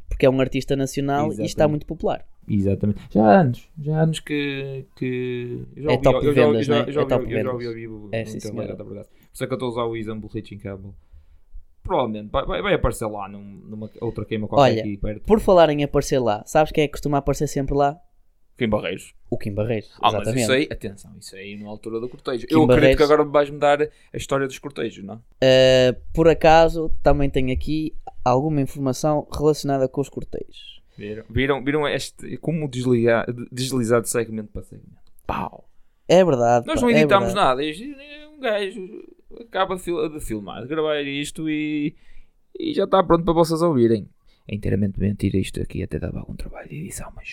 [SPEAKER 2] Porque é um artista nacional e está
[SPEAKER 1] Exatamente.
[SPEAKER 2] muito popular.
[SPEAKER 1] Exatamente. Já há anos. Já há anos que. que eu já
[SPEAKER 2] É
[SPEAKER 1] ouvi-
[SPEAKER 2] top
[SPEAKER 1] eu já- eu
[SPEAKER 2] vendas,
[SPEAKER 1] já-
[SPEAKER 2] né?
[SPEAKER 1] eu já
[SPEAKER 2] É
[SPEAKER 1] ouvi-
[SPEAKER 2] top
[SPEAKER 1] Eu já ouvi ao
[SPEAKER 2] vendas.
[SPEAKER 1] vivo.
[SPEAKER 2] É,
[SPEAKER 1] no
[SPEAKER 2] sim,
[SPEAKER 1] Inter da
[SPEAKER 2] senhora.
[SPEAKER 1] Gata, verdade. Por isso é que eu estou a usar o exemplo do Richie Campbell. Provavelmente vai, vai- vai aparecer lá num- numa outra queima qualquer
[SPEAKER 2] Olha,
[SPEAKER 1] aqui perto.
[SPEAKER 2] Por falar em aparecer lá, sabes quem é que costuma aparecer sempre lá?
[SPEAKER 1] Quem Barreiros.
[SPEAKER 2] O Kim Barreiros.
[SPEAKER 1] Ah, mas
[SPEAKER 2] exatamente.
[SPEAKER 1] isso aí, atenção, isso aí na altura do cortejo.
[SPEAKER 2] Kim
[SPEAKER 1] eu acredito
[SPEAKER 2] Barreiros.
[SPEAKER 1] que agora vais-me dar a história dos cortejos, não?
[SPEAKER 2] Uh, por acaso, também tenho aqui alguma informação relacionada com os cortejos.
[SPEAKER 1] Viram, viram, viram este, como desligar, deslizar de segmento para segmento. Pau!
[SPEAKER 2] É verdade.
[SPEAKER 1] Nós
[SPEAKER 2] pá,
[SPEAKER 1] não
[SPEAKER 2] é
[SPEAKER 1] editámos
[SPEAKER 2] verdade.
[SPEAKER 1] nada. Isto é Um gajo acaba de fil- de filmar, de gravar isto e, e já está pronto para vocês ouvirem. É inteiramente mentira isto aqui, até dava algum trabalho de edição, mas.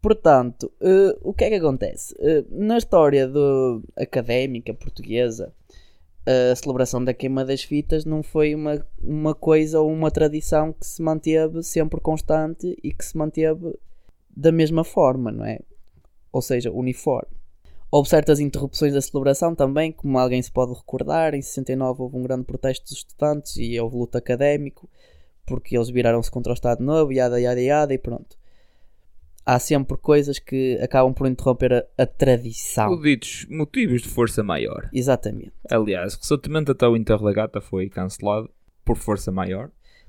[SPEAKER 2] Portanto, uh, o que é que acontece? Uh, na história do- académica portuguesa, a celebração da queima das fitas não foi uma, uma coisa ou uma tradição que se manteve sempre constante e que se manteve da mesma forma, não é? Ou seja, uniforme. Houve certas interrupções da celebração também, como alguém se pode recordar, em 69 houve um grande protesto dos estudantes e houve luta académico, porque eles viraram-se contra o Estado Novo, yada, yada, yada, e pronto. Há sempre coisas que acabam por interromper a, a tradição.
[SPEAKER 1] Ditos motivos de força maior.
[SPEAKER 2] Exatamente,
[SPEAKER 1] Aliás, recentemente até o Inter da Gata foi cancelado por força maior.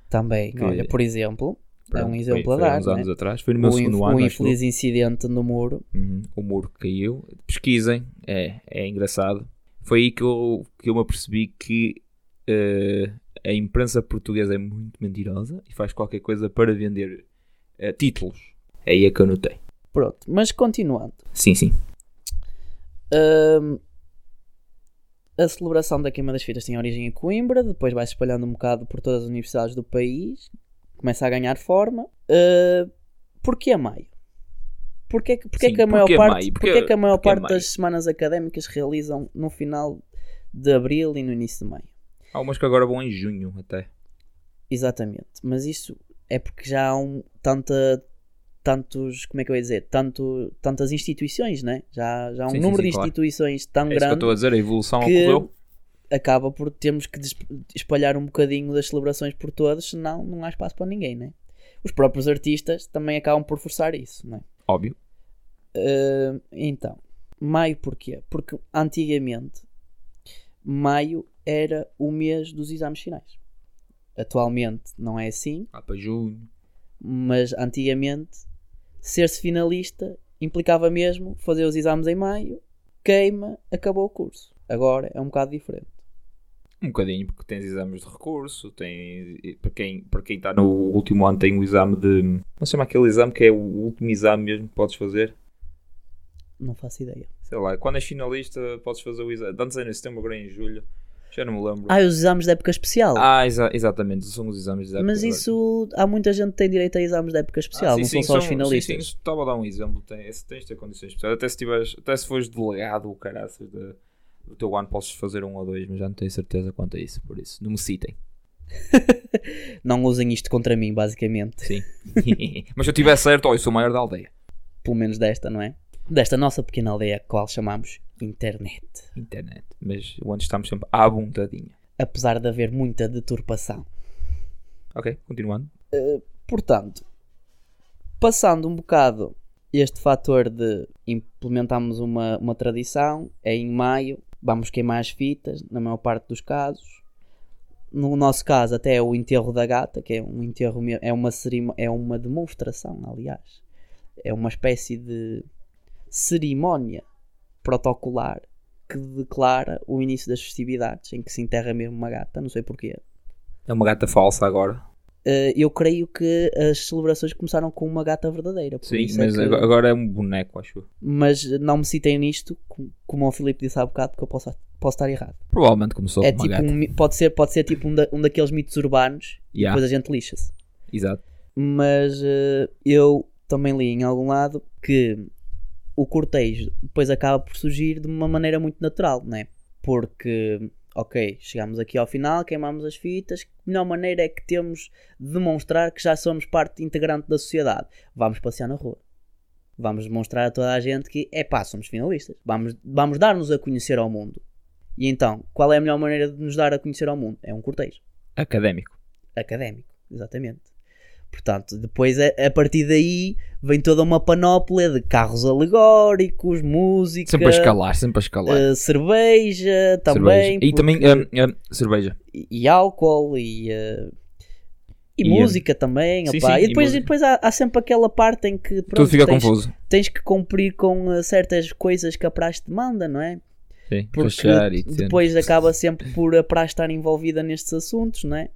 [SPEAKER 2] também.
[SPEAKER 1] Que-
[SPEAKER 2] Olha, por exemplo, É um
[SPEAKER 1] foi-
[SPEAKER 2] exemplo
[SPEAKER 1] foi
[SPEAKER 2] a dar,
[SPEAKER 1] uns
[SPEAKER 2] não é?
[SPEAKER 1] anos atrás, foi no meu
[SPEAKER 2] o, inf-
[SPEAKER 1] segundo
[SPEAKER 2] o
[SPEAKER 1] ano. acho eu.
[SPEAKER 2] infeliz incidente no muro.
[SPEAKER 1] Uhum, o muro que caiu. Pesquisem, é, é engraçado. Foi aí que eu, que eu me apercebi que eh, a imprensa portuguesa é muito mentirosa e faz qualquer coisa para vender eh, títulos. É aí é que eu notei.
[SPEAKER 2] Pronto, mas continuando.
[SPEAKER 1] Sim, sim.
[SPEAKER 2] Ahm, a celebração da Queima das Fitas tem origem em Coimbra, depois vai se espalhando um bocado por todas as universidades do país, começa a ganhar forma. Ah, porquê a maio? Porquê, que- porquê
[SPEAKER 1] Sim,
[SPEAKER 2] que a maior
[SPEAKER 1] porquê
[SPEAKER 2] parte,
[SPEAKER 1] maio?
[SPEAKER 2] porquê
[SPEAKER 1] Porquê-
[SPEAKER 2] que a maior
[SPEAKER 1] porquê
[SPEAKER 2] parte
[SPEAKER 1] maio?
[SPEAKER 2] das semanas académicas realizam no final de abril e no início de maio?
[SPEAKER 1] Há umas que agora vão em junho até. É
[SPEAKER 2] Exatamente, mas isso é porque já há um, tanta, tantos, como é que eu ia dizer, tanto, tantas instituições, né? já, já há um
[SPEAKER 1] Sim, sim,
[SPEAKER 2] número
[SPEAKER 1] sim,
[SPEAKER 2] de
[SPEAKER 1] claro.
[SPEAKER 2] instituições tão
[SPEAKER 1] É isso que eu
[SPEAKER 2] grande
[SPEAKER 1] estou a dizer, a evolução
[SPEAKER 2] que
[SPEAKER 1] ocorreu.
[SPEAKER 2] acaba por termos que des- espalhar um bocadinho das celebrações por todas, senão não há espaço para ninguém, né? Os próprios artistas também acabam por forçar isso, né?
[SPEAKER 1] Óbvio.
[SPEAKER 2] Ah, então, maio porquê? Porque antigamente maio era o mês dos exames finais. Atualmente não é assim,
[SPEAKER 1] Lá para junho.
[SPEAKER 2] mas antigamente ser-se finalista implicava mesmo fazer os exames em maio, queima, acabou o curso. Agora é um bocado diferente.
[SPEAKER 1] Um bocadinho, porque tens exames de recurso, tens. e Para quem, para quem está no último ano tem o exame de. Não se chama aquele exame que é o último exame mesmo que podes fazer.
[SPEAKER 2] Não faço ideia.
[SPEAKER 1] sei lá, quando és finalista podes fazer o exame. Antes era em setembro, agora é em julho. Já não me lembro.
[SPEAKER 2] Ah, os exames da época especial.
[SPEAKER 1] Ah, exa- exatamente, são os exames de
[SPEAKER 2] Mas isso, há muita gente que tem direito a exames da época especial, não são só os finalistas.
[SPEAKER 1] Ah, Sim, sim, estava a dar um exemplo. Tem, esse, tens de ter condições especiais. Até se, tiveres, até se fores delegado o caraças de- do teu ano, podes fazer um ou dois, mas já não tenho certeza quanto a isso. Por isso, não me citem.
[SPEAKER 2] Não usem isto contra mim, basicamente. <laughs>
[SPEAKER 1] Sim. <laughs> mas se eu tiver certo, ó, eu sou o maior da aldeia.
[SPEAKER 2] Pelo menos desta, não é? Desta nossa pequena aldeia, a qual chamamos internet.
[SPEAKER 1] Internet. Mas onde estamos sempre à vontadinha.
[SPEAKER 2] Apesar de haver muita deturpação.
[SPEAKER 1] Ok, continuando.
[SPEAKER 2] Portanto, passando um bocado este fator de implementarmos uma, uma tradição, é em maio, vamos queimar as fitas, na maior parte dos casos. No nosso caso, até é o enterro da gata, que é um enterro, me- é uma, cerimo- é uma demonstração, aliás. É uma espécie de cerimónia protocolar que declara o início das festividades, em que se enterra mesmo uma gata, não sei porquê.
[SPEAKER 1] É uma gata falsa agora.
[SPEAKER 2] Eh, eu creio que as celebrações começaram com uma gata verdadeira. por
[SPEAKER 1] Sim,
[SPEAKER 2] isso é
[SPEAKER 1] mas
[SPEAKER 2] que-
[SPEAKER 1] agora, agora é um boneco, acho eu.
[SPEAKER 2] mas não me citem nisto, co- como o Filipe disse há bocado, que eu posso, posso estar errado.
[SPEAKER 1] Provavelmente começou
[SPEAKER 2] é
[SPEAKER 1] com
[SPEAKER 2] tipo
[SPEAKER 1] uma gata.
[SPEAKER 2] um mi- pode, ser, pode ser tipo um, da- um daqueles mitos urbanos e
[SPEAKER 1] Yeah,
[SPEAKER 2] depois a gente lixa-se.
[SPEAKER 1] Exato.
[SPEAKER 2] Mas eh, eu também li em algum lado que o cortejo depois acaba por surgir de uma maneira muito natural, né? Porque, ok, chegamos aqui ao final, queimamos as fitas, que melhor maneira é que temos de demonstrar que já somos parte integrante da sociedade? Vamos passear na rua. Vamos demonstrar a toda a gente que, é pá, somos finalistas. Vamos, vamos dar-nos a conhecer ao mundo. E então, qual é a melhor maneira de nos dar a conhecer ao mundo? É um cortejo
[SPEAKER 1] Académico.
[SPEAKER 2] académico, exatamente. Portanto, depois a, a partir daí vem toda uma panóplia de carros alegóricos, música,
[SPEAKER 1] Sempre a escalar, sempre a escalar.
[SPEAKER 2] eh, cerveja também
[SPEAKER 1] cerveja. E também
[SPEAKER 2] porque-
[SPEAKER 1] hum, hum, cerveja.
[SPEAKER 2] e- e álcool e, eh, e
[SPEAKER 1] E,
[SPEAKER 2] música também.
[SPEAKER 1] sim,
[SPEAKER 2] opá.
[SPEAKER 1] sim,
[SPEAKER 2] e
[SPEAKER 1] e
[SPEAKER 2] depois, e
[SPEAKER 1] música.
[SPEAKER 2] depois há, há sempre aquela parte em que pronto,
[SPEAKER 1] Tudo fica
[SPEAKER 2] tens,
[SPEAKER 1] confuso.
[SPEAKER 2] tens que cumprir com eh, certas coisas que a praxe demanda, não é?
[SPEAKER 1] Sim,
[SPEAKER 2] porque
[SPEAKER 1] fechar e dizer.
[SPEAKER 2] depois acaba sempre por a praxe estar envolvida nestes assuntos, não é?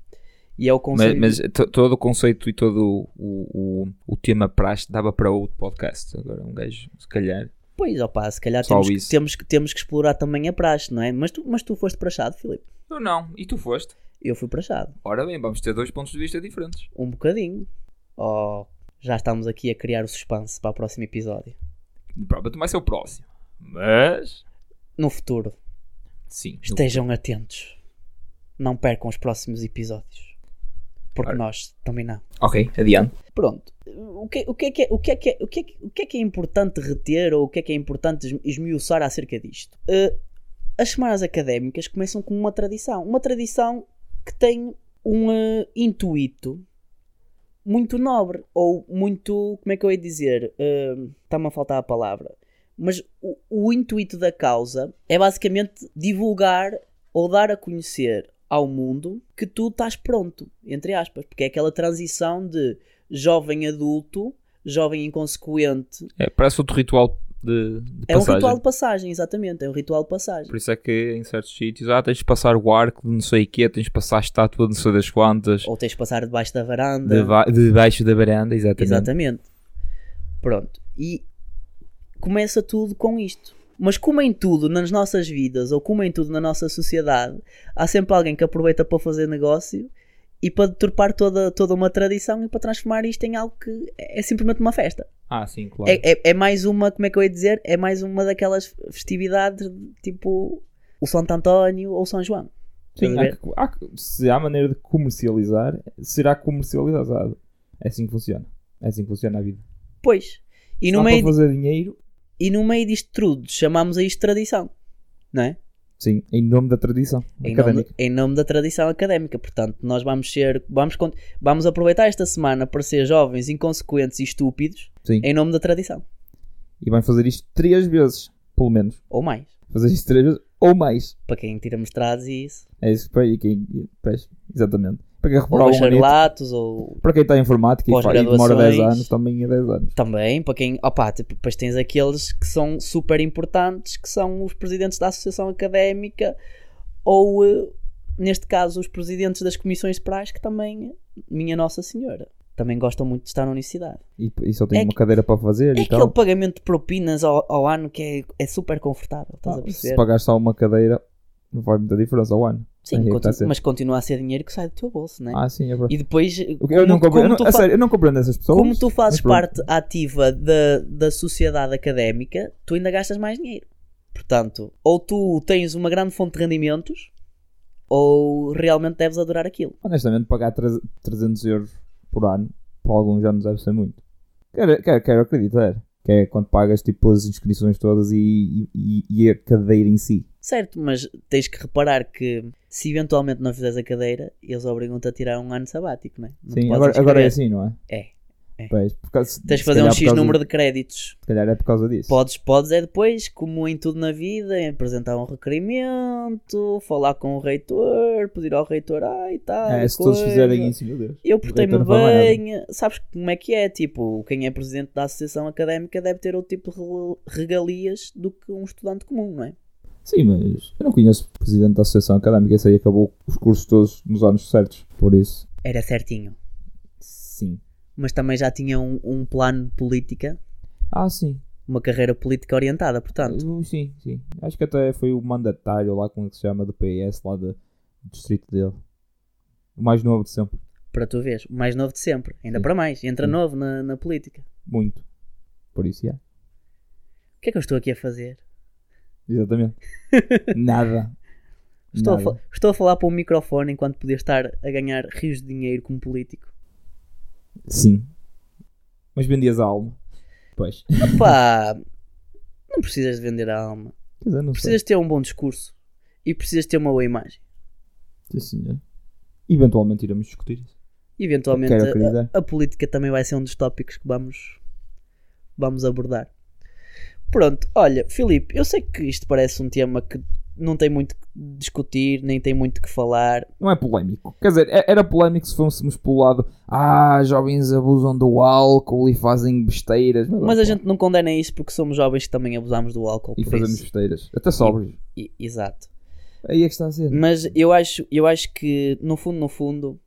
[SPEAKER 2] E é o
[SPEAKER 1] Mas,
[SPEAKER 2] conselho
[SPEAKER 1] mas to- todo o conceito e todo o, o, o tema praxe dava para outro podcast. Agora um gajo, se calhar.
[SPEAKER 2] Pois, opá, se calhar
[SPEAKER 1] Só
[SPEAKER 2] temos que,
[SPEAKER 1] isso.
[SPEAKER 2] temos, que, temos que explorar também a praxe, não é? Mas tu, mas tu foste praxado, Filipe.
[SPEAKER 1] Eu não, e tu foste?
[SPEAKER 2] Eu fui praxado.
[SPEAKER 1] Ora bem, vamos ter dois pontos de vista diferentes.
[SPEAKER 2] Um bocadinho. Oh, já estamos aqui a criar o suspense para o próximo episódio.
[SPEAKER 1] Provavelmente vai ser o próximo. Mas.
[SPEAKER 2] No futuro,
[SPEAKER 1] Sim. no-
[SPEAKER 2] estejam atentos. Não percam os próximos episódios. Porque
[SPEAKER 1] Ora.
[SPEAKER 2] nós também não.
[SPEAKER 1] Ok, adiante.
[SPEAKER 2] Pronto. O que, o que é que é- o que é que é- o que é que- o que é que é importante reter ou o que é que é importante es- esmiuçar acerca disto? Eh, as semanas académicas começam com uma tradição. Uma tradição que tem um eh, intuito muito nobre ou muito. Como é que eu ia dizer? Eh, Está-me a faltar a palavra. Mas o, o intuito da causa é basicamente divulgar ou dar a conhecer ao mundo que tu estás pronto, entre aspas, porque é aquela transição de jovem adulto, jovem inconsequente.
[SPEAKER 1] É, parece outro ritual de, de
[SPEAKER 2] É
[SPEAKER 1] passagem.
[SPEAKER 2] um ritual de passagem, exatamente, é um ritual de passagem.
[SPEAKER 1] Por isso é que em certos sítios, ah, tens de passar o arco de não sei o quê, tens de passar a estátua de não sei das quantas,
[SPEAKER 2] Ou tens de passar debaixo da varanda.
[SPEAKER 1] deba- debaixo da varanda, exatamente.
[SPEAKER 2] Exatamente. Pronto. E começa tudo com isto. Mas como em tudo nas nossas vidas, ou como em tudo na nossa sociedade, há sempre alguém que aproveita para fazer negócio e para deturpar toda, toda uma tradição e para transformar isto em algo que é é simplesmente uma festa.
[SPEAKER 1] Ah, sim, claro.
[SPEAKER 2] É, é- é mais uma, como é que eu ia dizer? É mais uma daquelas festividades de, tipo o Santo António ou São João. Estás
[SPEAKER 1] Sim,
[SPEAKER 2] a
[SPEAKER 1] há
[SPEAKER 2] ver?
[SPEAKER 1] que- há que- se há maneira de comercializar, será comercializado. É assim que funciona. É assim que funciona a vida.
[SPEAKER 2] Pois. E
[SPEAKER 1] se
[SPEAKER 2] no,
[SPEAKER 1] não
[SPEAKER 2] meio,
[SPEAKER 1] para fazer dinheiro,
[SPEAKER 2] e no meio disto tudo, chamamos a isto tradição. Não é?
[SPEAKER 1] sim, em nome da tradição
[SPEAKER 2] Em nome,
[SPEAKER 1] académica.
[SPEAKER 2] em nome da tradição académica. Portanto, nós vamos ser. Vamos, con- vamos aproveitar esta semana para ser jovens, inconsequentes e estúpidos
[SPEAKER 1] Sim.
[SPEAKER 2] em nome da tradição.
[SPEAKER 1] E vão fazer isto três vezes, pelo menos.
[SPEAKER 2] Ou mais.
[SPEAKER 1] Fazer isto três vezes ou mais.
[SPEAKER 2] Para quem tira mestrados e isso.
[SPEAKER 1] É isso para aí, quem, pois, exatamente. Para quem
[SPEAKER 2] Ou
[SPEAKER 1] reprova um bonito,
[SPEAKER 2] bacharelatos, ou
[SPEAKER 1] para quem está em informática e, fa- e demora 10
[SPEAKER 2] Pós-graduações.
[SPEAKER 1] anos, também é 10 anos.
[SPEAKER 2] Também, para quem. Opá, tipo, depois tens aqueles que são super importantes, que são os presidentes da associação académica ou, eh, neste caso, os presidentes das comissões de praxe, que também, minha Nossa Senhora, também gostam muito de estar na universidade.
[SPEAKER 1] E, e só tem
[SPEAKER 2] É
[SPEAKER 1] uma
[SPEAKER 2] que-
[SPEAKER 1] cadeira para fazer
[SPEAKER 2] É
[SPEAKER 1] e tal. Ah,
[SPEAKER 2] aquele pagamento de propinas ao, ao ano que é, é super confortável, estás a
[SPEAKER 1] Ah,
[SPEAKER 2] perceber?
[SPEAKER 1] se pagar só uma cadeira, não faz muita diferença ao ano.
[SPEAKER 2] Sim,
[SPEAKER 1] é que
[SPEAKER 2] continu-
[SPEAKER 1] tá certo.
[SPEAKER 2] mas continua a ser dinheiro que sai do teu bolso, não é?
[SPEAKER 1] Ah, sim, é verdade.
[SPEAKER 2] E depois,
[SPEAKER 1] O que Eu não compreendo,
[SPEAKER 2] como- como
[SPEAKER 1] eu
[SPEAKER 2] tu
[SPEAKER 1] não- a
[SPEAKER 2] fa-
[SPEAKER 1] sério, eu não compreendo essas pessoas.
[SPEAKER 2] como tu fazes
[SPEAKER 1] Então, Mas pronto.
[SPEAKER 2] parte ativa da, da sociedade académica, tu ainda gastas mais dinheiro. Portanto, ou tu tens uma grande fonte de rendimentos, ou realmente deves adorar aquilo.
[SPEAKER 1] Honestamente, pagar tre- 300 euros por ano, por alguns anos, deve ser muito. Quero, quero, quero acreditar. Que é quando pagas tipo pelas inscrições todas e, e, e a cadeira em si.
[SPEAKER 2] Certo, mas tens que reparar que se eventualmente não fizeres a cadeira, eles obrigam-te a tirar um ano sabático, não é? Não te
[SPEAKER 1] Sim,
[SPEAKER 2] podes
[SPEAKER 1] agora, agora é
[SPEAKER 2] inscrever.
[SPEAKER 1] assim, não é?
[SPEAKER 2] É, é.
[SPEAKER 1] Pois, por causa-
[SPEAKER 2] Tens
[SPEAKER 1] se
[SPEAKER 2] de fazer um
[SPEAKER 1] calhar por
[SPEAKER 2] X
[SPEAKER 1] causa-
[SPEAKER 2] número de créditos.
[SPEAKER 1] Se calhar é por causa disso.
[SPEAKER 2] Podes, podes é depois, como em tudo na vida, em apresentar um requerimento, falar com o reitor, pedir ao reitor, ai e tal.
[SPEAKER 1] É,
[SPEAKER 2] e
[SPEAKER 1] se todos
[SPEAKER 2] coisa."
[SPEAKER 1] fizerem isso, meu Deus.
[SPEAKER 2] Eu
[SPEAKER 1] Então
[SPEAKER 2] portei-me
[SPEAKER 1] não faz mais nada.
[SPEAKER 2] bem. Sabes como é que é? Tipo, quem é presidente da associação académica deve ter outro tipo de rel- regalias do que um estudante comum, não é?
[SPEAKER 1] Sim, mas eu não conheço o presidente da associação académica, esse aí acabou os cursos todos nos anos certos, por isso.
[SPEAKER 2] Era certinho.
[SPEAKER 1] Sim.
[SPEAKER 2] Mas também já tinha um, um plano de política,
[SPEAKER 1] Ah, sim.
[SPEAKER 2] uma carreira política orientada, portanto.
[SPEAKER 1] Uh, Sim, sim. Acho que até foi o mandatário lá, como é que se chama, do PS, lá do distrito dele. O mais novo de sempre.
[SPEAKER 2] Para tu veres, o mais novo de sempre. Ainda
[SPEAKER 1] Sim.
[SPEAKER 2] para mais. Entra
[SPEAKER 1] Sim.
[SPEAKER 2] novo na, na política.
[SPEAKER 1] Muito. Por isso, é.
[SPEAKER 2] O que é que eu estou aqui a fazer?
[SPEAKER 1] Exatamente.
[SPEAKER 2] <laughs>
[SPEAKER 1] Nada.
[SPEAKER 2] Estou a,
[SPEAKER 1] Nada.
[SPEAKER 2] fal- estou a falar para um microfone enquanto podia estar a ganhar rios de dinheiro como político.
[SPEAKER 1] Sim. Mas vendias a alma. Pois.
[SPEAKER 2] Pá, não precisas de vender a alma.
[SPEAKER 1] Quer dizer, não
[SPEAKER 2] Precisas ter um bom discurso e precisas ter uma boa imagem.
[SPEAKER 1] sei. Sim, senhor. Eventualmente iremos discutir isso.
[SPEAKER 2] E eventualmente eh,
[SPEAKER 1] Quero
[SPEAKER 2] a,
[SPEAKER 1] acreditar.
[SPEAKER 2] a- a política também vai ser um dos tópicos que vamos, vamos abordar. Pronto, olha, Filipe, eu sei que isto parece um tema que não tem muito que discutir, nem tem muito que falar.
[SPEAKER 1] Não é polémico. Quer dizer, é- era polémico se fôssemos pelo lado. Ah, jovens abusam do álcool e fazem besteiras.
[SPEAKER 2] Mas
[SPEAKER 1] lá,
[SPEAKER 2] a gente não condena isso porque somos jovens que também abusamos do álcool.
[SPEAKER 1] E
[SPEAKER 2] por
[SPEAKER 1] fazemos
[SPEAKER 2] isso.
[SPEAKER 1] besteiras. Até sóbrios.
[SPEAKER 2] E- exato.
[SPEAKER 1] Aí é que está a ser.
[SPEAKER 2] Mas eu acho, eu acho que, no fundo, no fundo,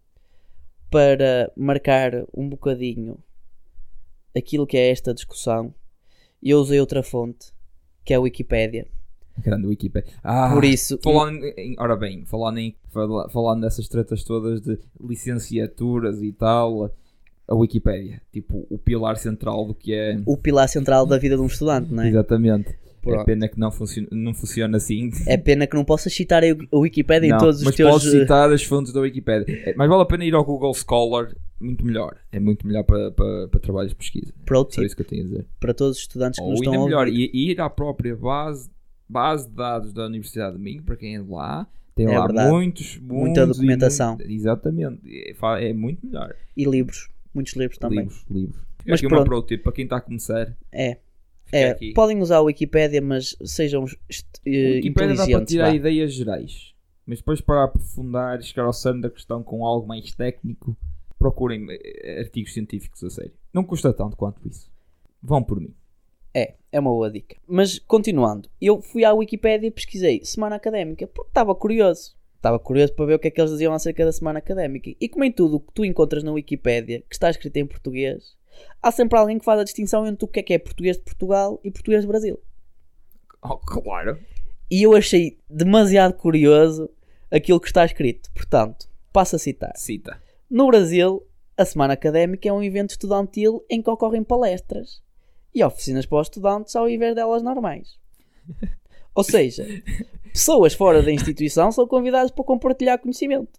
[SPEAKER 2] para marcar um bocadinho aquilo que é esta discussão, eu usei outra fonte, que é a Wikipédia.
[SPEAKER 1] Grande Wikipedia. Ah,
[SPEAKER 2] Por isso,
[SPEAKER 1] Falando em, ora bem, falando, em, fala- falando nessas tretas todas de licenciaturas e tal, a Wikipédia, tipo, o pilar central do que é.
[SPEAKER 2] o pilar central da vida de um estudante, não é?
[SPEAKER 1] Exatamente. É
[SPEAKER 2] Pronto.
[SPEAKER 1] pena que não, funcione, não funciona assim.
[SPEAKER 2] É pena que não possas citar a a Wikipédia
[SPEAKER 1] Não,
[SPEAKER 2] em É todos os
[SPEAKER 1] mas
[SPEAKER 2] teus... eh,
[SPEAKER 1] posso citar as fontes da Wikipédia. É, mas vale a pena ir ao Google Scholar, muito melhor. É muito melhor para, para, para trabalhos de pesquisa.
[SPEAKER 2] eh, Pro
[SPEAKER 1] Só
[SPEAKER 2] tip,
[SPEAKER 1] isso que eu tenho a dizer.
[SPEAKER 2] para todos os estudantes que
[SPEAKER 1] Ou
[SPEAKER 2] nos
[SPEAKER 1] ainda
[SPEAKER 2] estão a
[SPEAKER 1] melhor,
[SPEAKER 2] ouvir.
[SPEAKER 1] i- ir à própria base, base de dados da Universidade de Minho, para quem é de lá, tem
[SPEAKER 2] É
[SPEAKER 1] lá
[SPEAKER 2] verdade.
[SPEAKER 1] muitos,
[SPEAKER 2] Muita
[SPEAKER 1] muitos e
[SPEAKER 2] documentação.
[SPEAKER 1] muito- exatamente. É, fa- é muito melhor.
[SPEAKER 2] E livros, muitos livros também.
[SPEAKER 1] Livros, livros. Fica
[SPEAKER 2] Mas
[SPEAKER 1] aqui
[SPEAKER 2] pronto.
[SPEAKER 1] uma pro tip para quem está a começar.
[SPEAKER 2] É.
[SPEAKER 1] Fica
[SPEAKER 2] É,
[SPEAKER 1] aqui.
[SPEAKER 2] podem usar a Wikipédia, mas sejam est- eh,
[SPEAKER 1] Wikipédia dá para
[SPEAKER 2] inteligentes.
[SPEAKER 1] tirar
[SPEAKER 2] vá.
[SPEAKER 1] ideias gerais. Mas depois para aprofundar e chegar ao cerne da questão com algo mais técnico, procurem eh, artigos científicos a sério. Não custa tanto quanto isso. Vão por mim.
[SPEAKER 2] É, é uma boa dica. Mas continuando, eu fui à Wikipédia e pesquisei semana académica porque estava curioso. Estava curioso para ver o que é que eles diziam acerca da semana académica. E como em tudo o que tu encontras na Wikipédia, que está escrito em português, há sempre alguém que faz a distinção entre o que é que é português de Portugal e português de Brasil.
[SPEAKER 1] <laughs> Oh, claro.
[SPEAKER 2] E eu achei demasiado curioso aquilo que está escrito. Portanto, passo a citar.
[SPEAKER 1] Cita.
[SPEAKER 2] No Brasil, a Semana Académica é um evento estudantil em que ocorrem palestras e oficinas para os estudantes ao invés delas normais.
[SPEAKER 1] <laughs>
[SPEAKER 2] Ou seja, pessoas fora da instituição são convidadas para compartilhar conhecimento.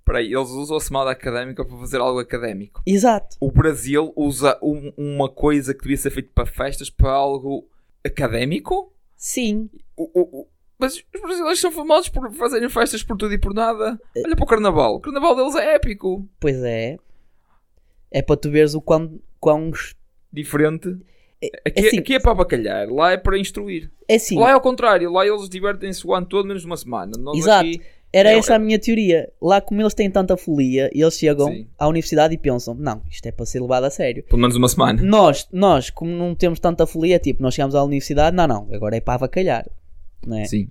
[SPEAKER 1] Espera aí, eles usam a semana académica para fazer algo académico.
[SPEAKER 2] Exato.
[SPEAKER 1] o Brasil usa um- uma coisa que devia ser feita para festas para algo académico?
[SPEAKER 2] Sim.
[SPEAKER 1] O- o- o- mas os brasileiros são famosos por fazerem festas por tudo e por nada. Olha para o carnaval. O carnaval deles é épico.
[SPEAKER 2] Pois é. É para tu veres o quão. quão... es-
[SPEAKER 1] Diferente. Aqui,
[SPEAKER 2] assim-
[SPEAKER 1] aqui é para bacalhar, lá é para instruir.
[SPEAKER 2] É sim.
[SPEAKER 1] Lá é ao contrário, lá eles divertem-se o ano todo menos uma semana. Nós
[SPEAKER 2] Exato.
[SPEAKER 1] aqui-
[SPEAKER 2] Era
[SPEAKER 1] eu-
[SPEAKER 2] essa a minha teoria. Lá, como eles têm tanta folia, eles chegam
[SPEAKER 1] Sim.
[SPEAKER 2] à universidade e pensam: não, isto é para ser levado a sério.
[SPEAKER 1] pelo menos uma semana.
[SPEAKER 2] nós, nós, como não temos tanta folia, tipo, nós chegamos à universidade, não, não, agora é para avacalhar. Não é?
[SPEAKER 1] Sim.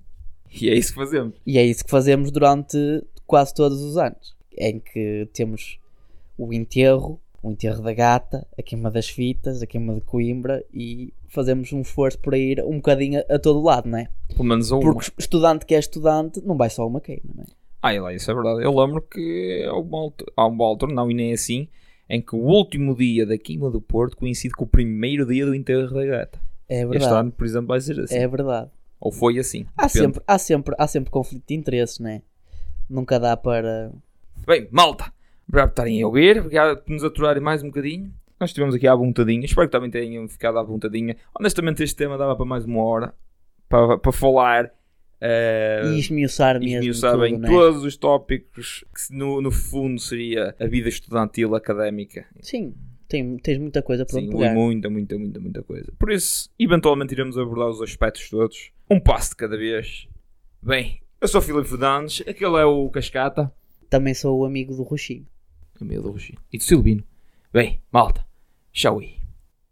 [SPEAKER 1] E é isso que fazemos.
[SPEAKER 2] E é isso que fazemos durante quase todos os anos. Em que temos o enterro, o enterro da gata, a queima das fitas, a queima de Coimbra e fazemos um esforço para ir um bocadinho a, a todo lado, não é?
[SPEAKER 1] Pelo menos uma.
[SPEAKER 2] Porque estudante que é estudante não vai só uma queima, não é?
[SPEAKER 1] Ah, Eli, isso é verdade. Eu lembro que há uma altura, há uma altura não, e nem é assim, em que o último dia da queima do Porto coincide com o primeiro dia do enterro da gata.
[SPEAKER 2] É
[SPEAKER 1] Este
[SPEAKER 2] verdade.
[SPEAKER 1] ano, por exemplo, vai ser assim.
[SPEAKER 2] É verdade.
[SPEAKER 1] Ou foi assim.
[SPEAKER 2] Há
[SPEAKER 1] depende.
[SPEAKER 2] sempre, há, sempre, há sempre conflito de interesse, não é? Nunca dá para.
[SPEAKER 1] Bem, malta, obrigado por estarem a ouvir, obrigado por nos aturarem mais um bocadinho. Nós estivemos aqui à vontadinha, espero que também tenham ficado à vontadinha. Honestamente, este tema dava para mais uma hora para, para falar. eh,
[SPEAKER 2] E esmiuçar
[SPEAKER 1] E
[SPEAKER 2] mesmo.
[SPEAKER 1] esmiuçar bem
[SPEAKER 2] tudo, não é?
[SPEAKER 1] todos os tópicos que, se no, no fundo, seria a vida estudantil académica.
[SPEAKER 2] Sim, tem, tens muita coisa para
[SPEAKER 1] Sim,
[SPEAKER 2] onde pegar.
[SPEAKER 1] muita, muita, muita, muita coisa. Por isso, eventualmente iremos abordar os aspectos todos, um passo de cada vez. Bem, eu sou o Filipe Fernandes, aquele é o Cascata.
[SPEAKER 2] Também sou o amigo do Roxinho.
[SPEAKER 1] Camilo Roxinho. E do Silvino. Bem, malta, tchau aí.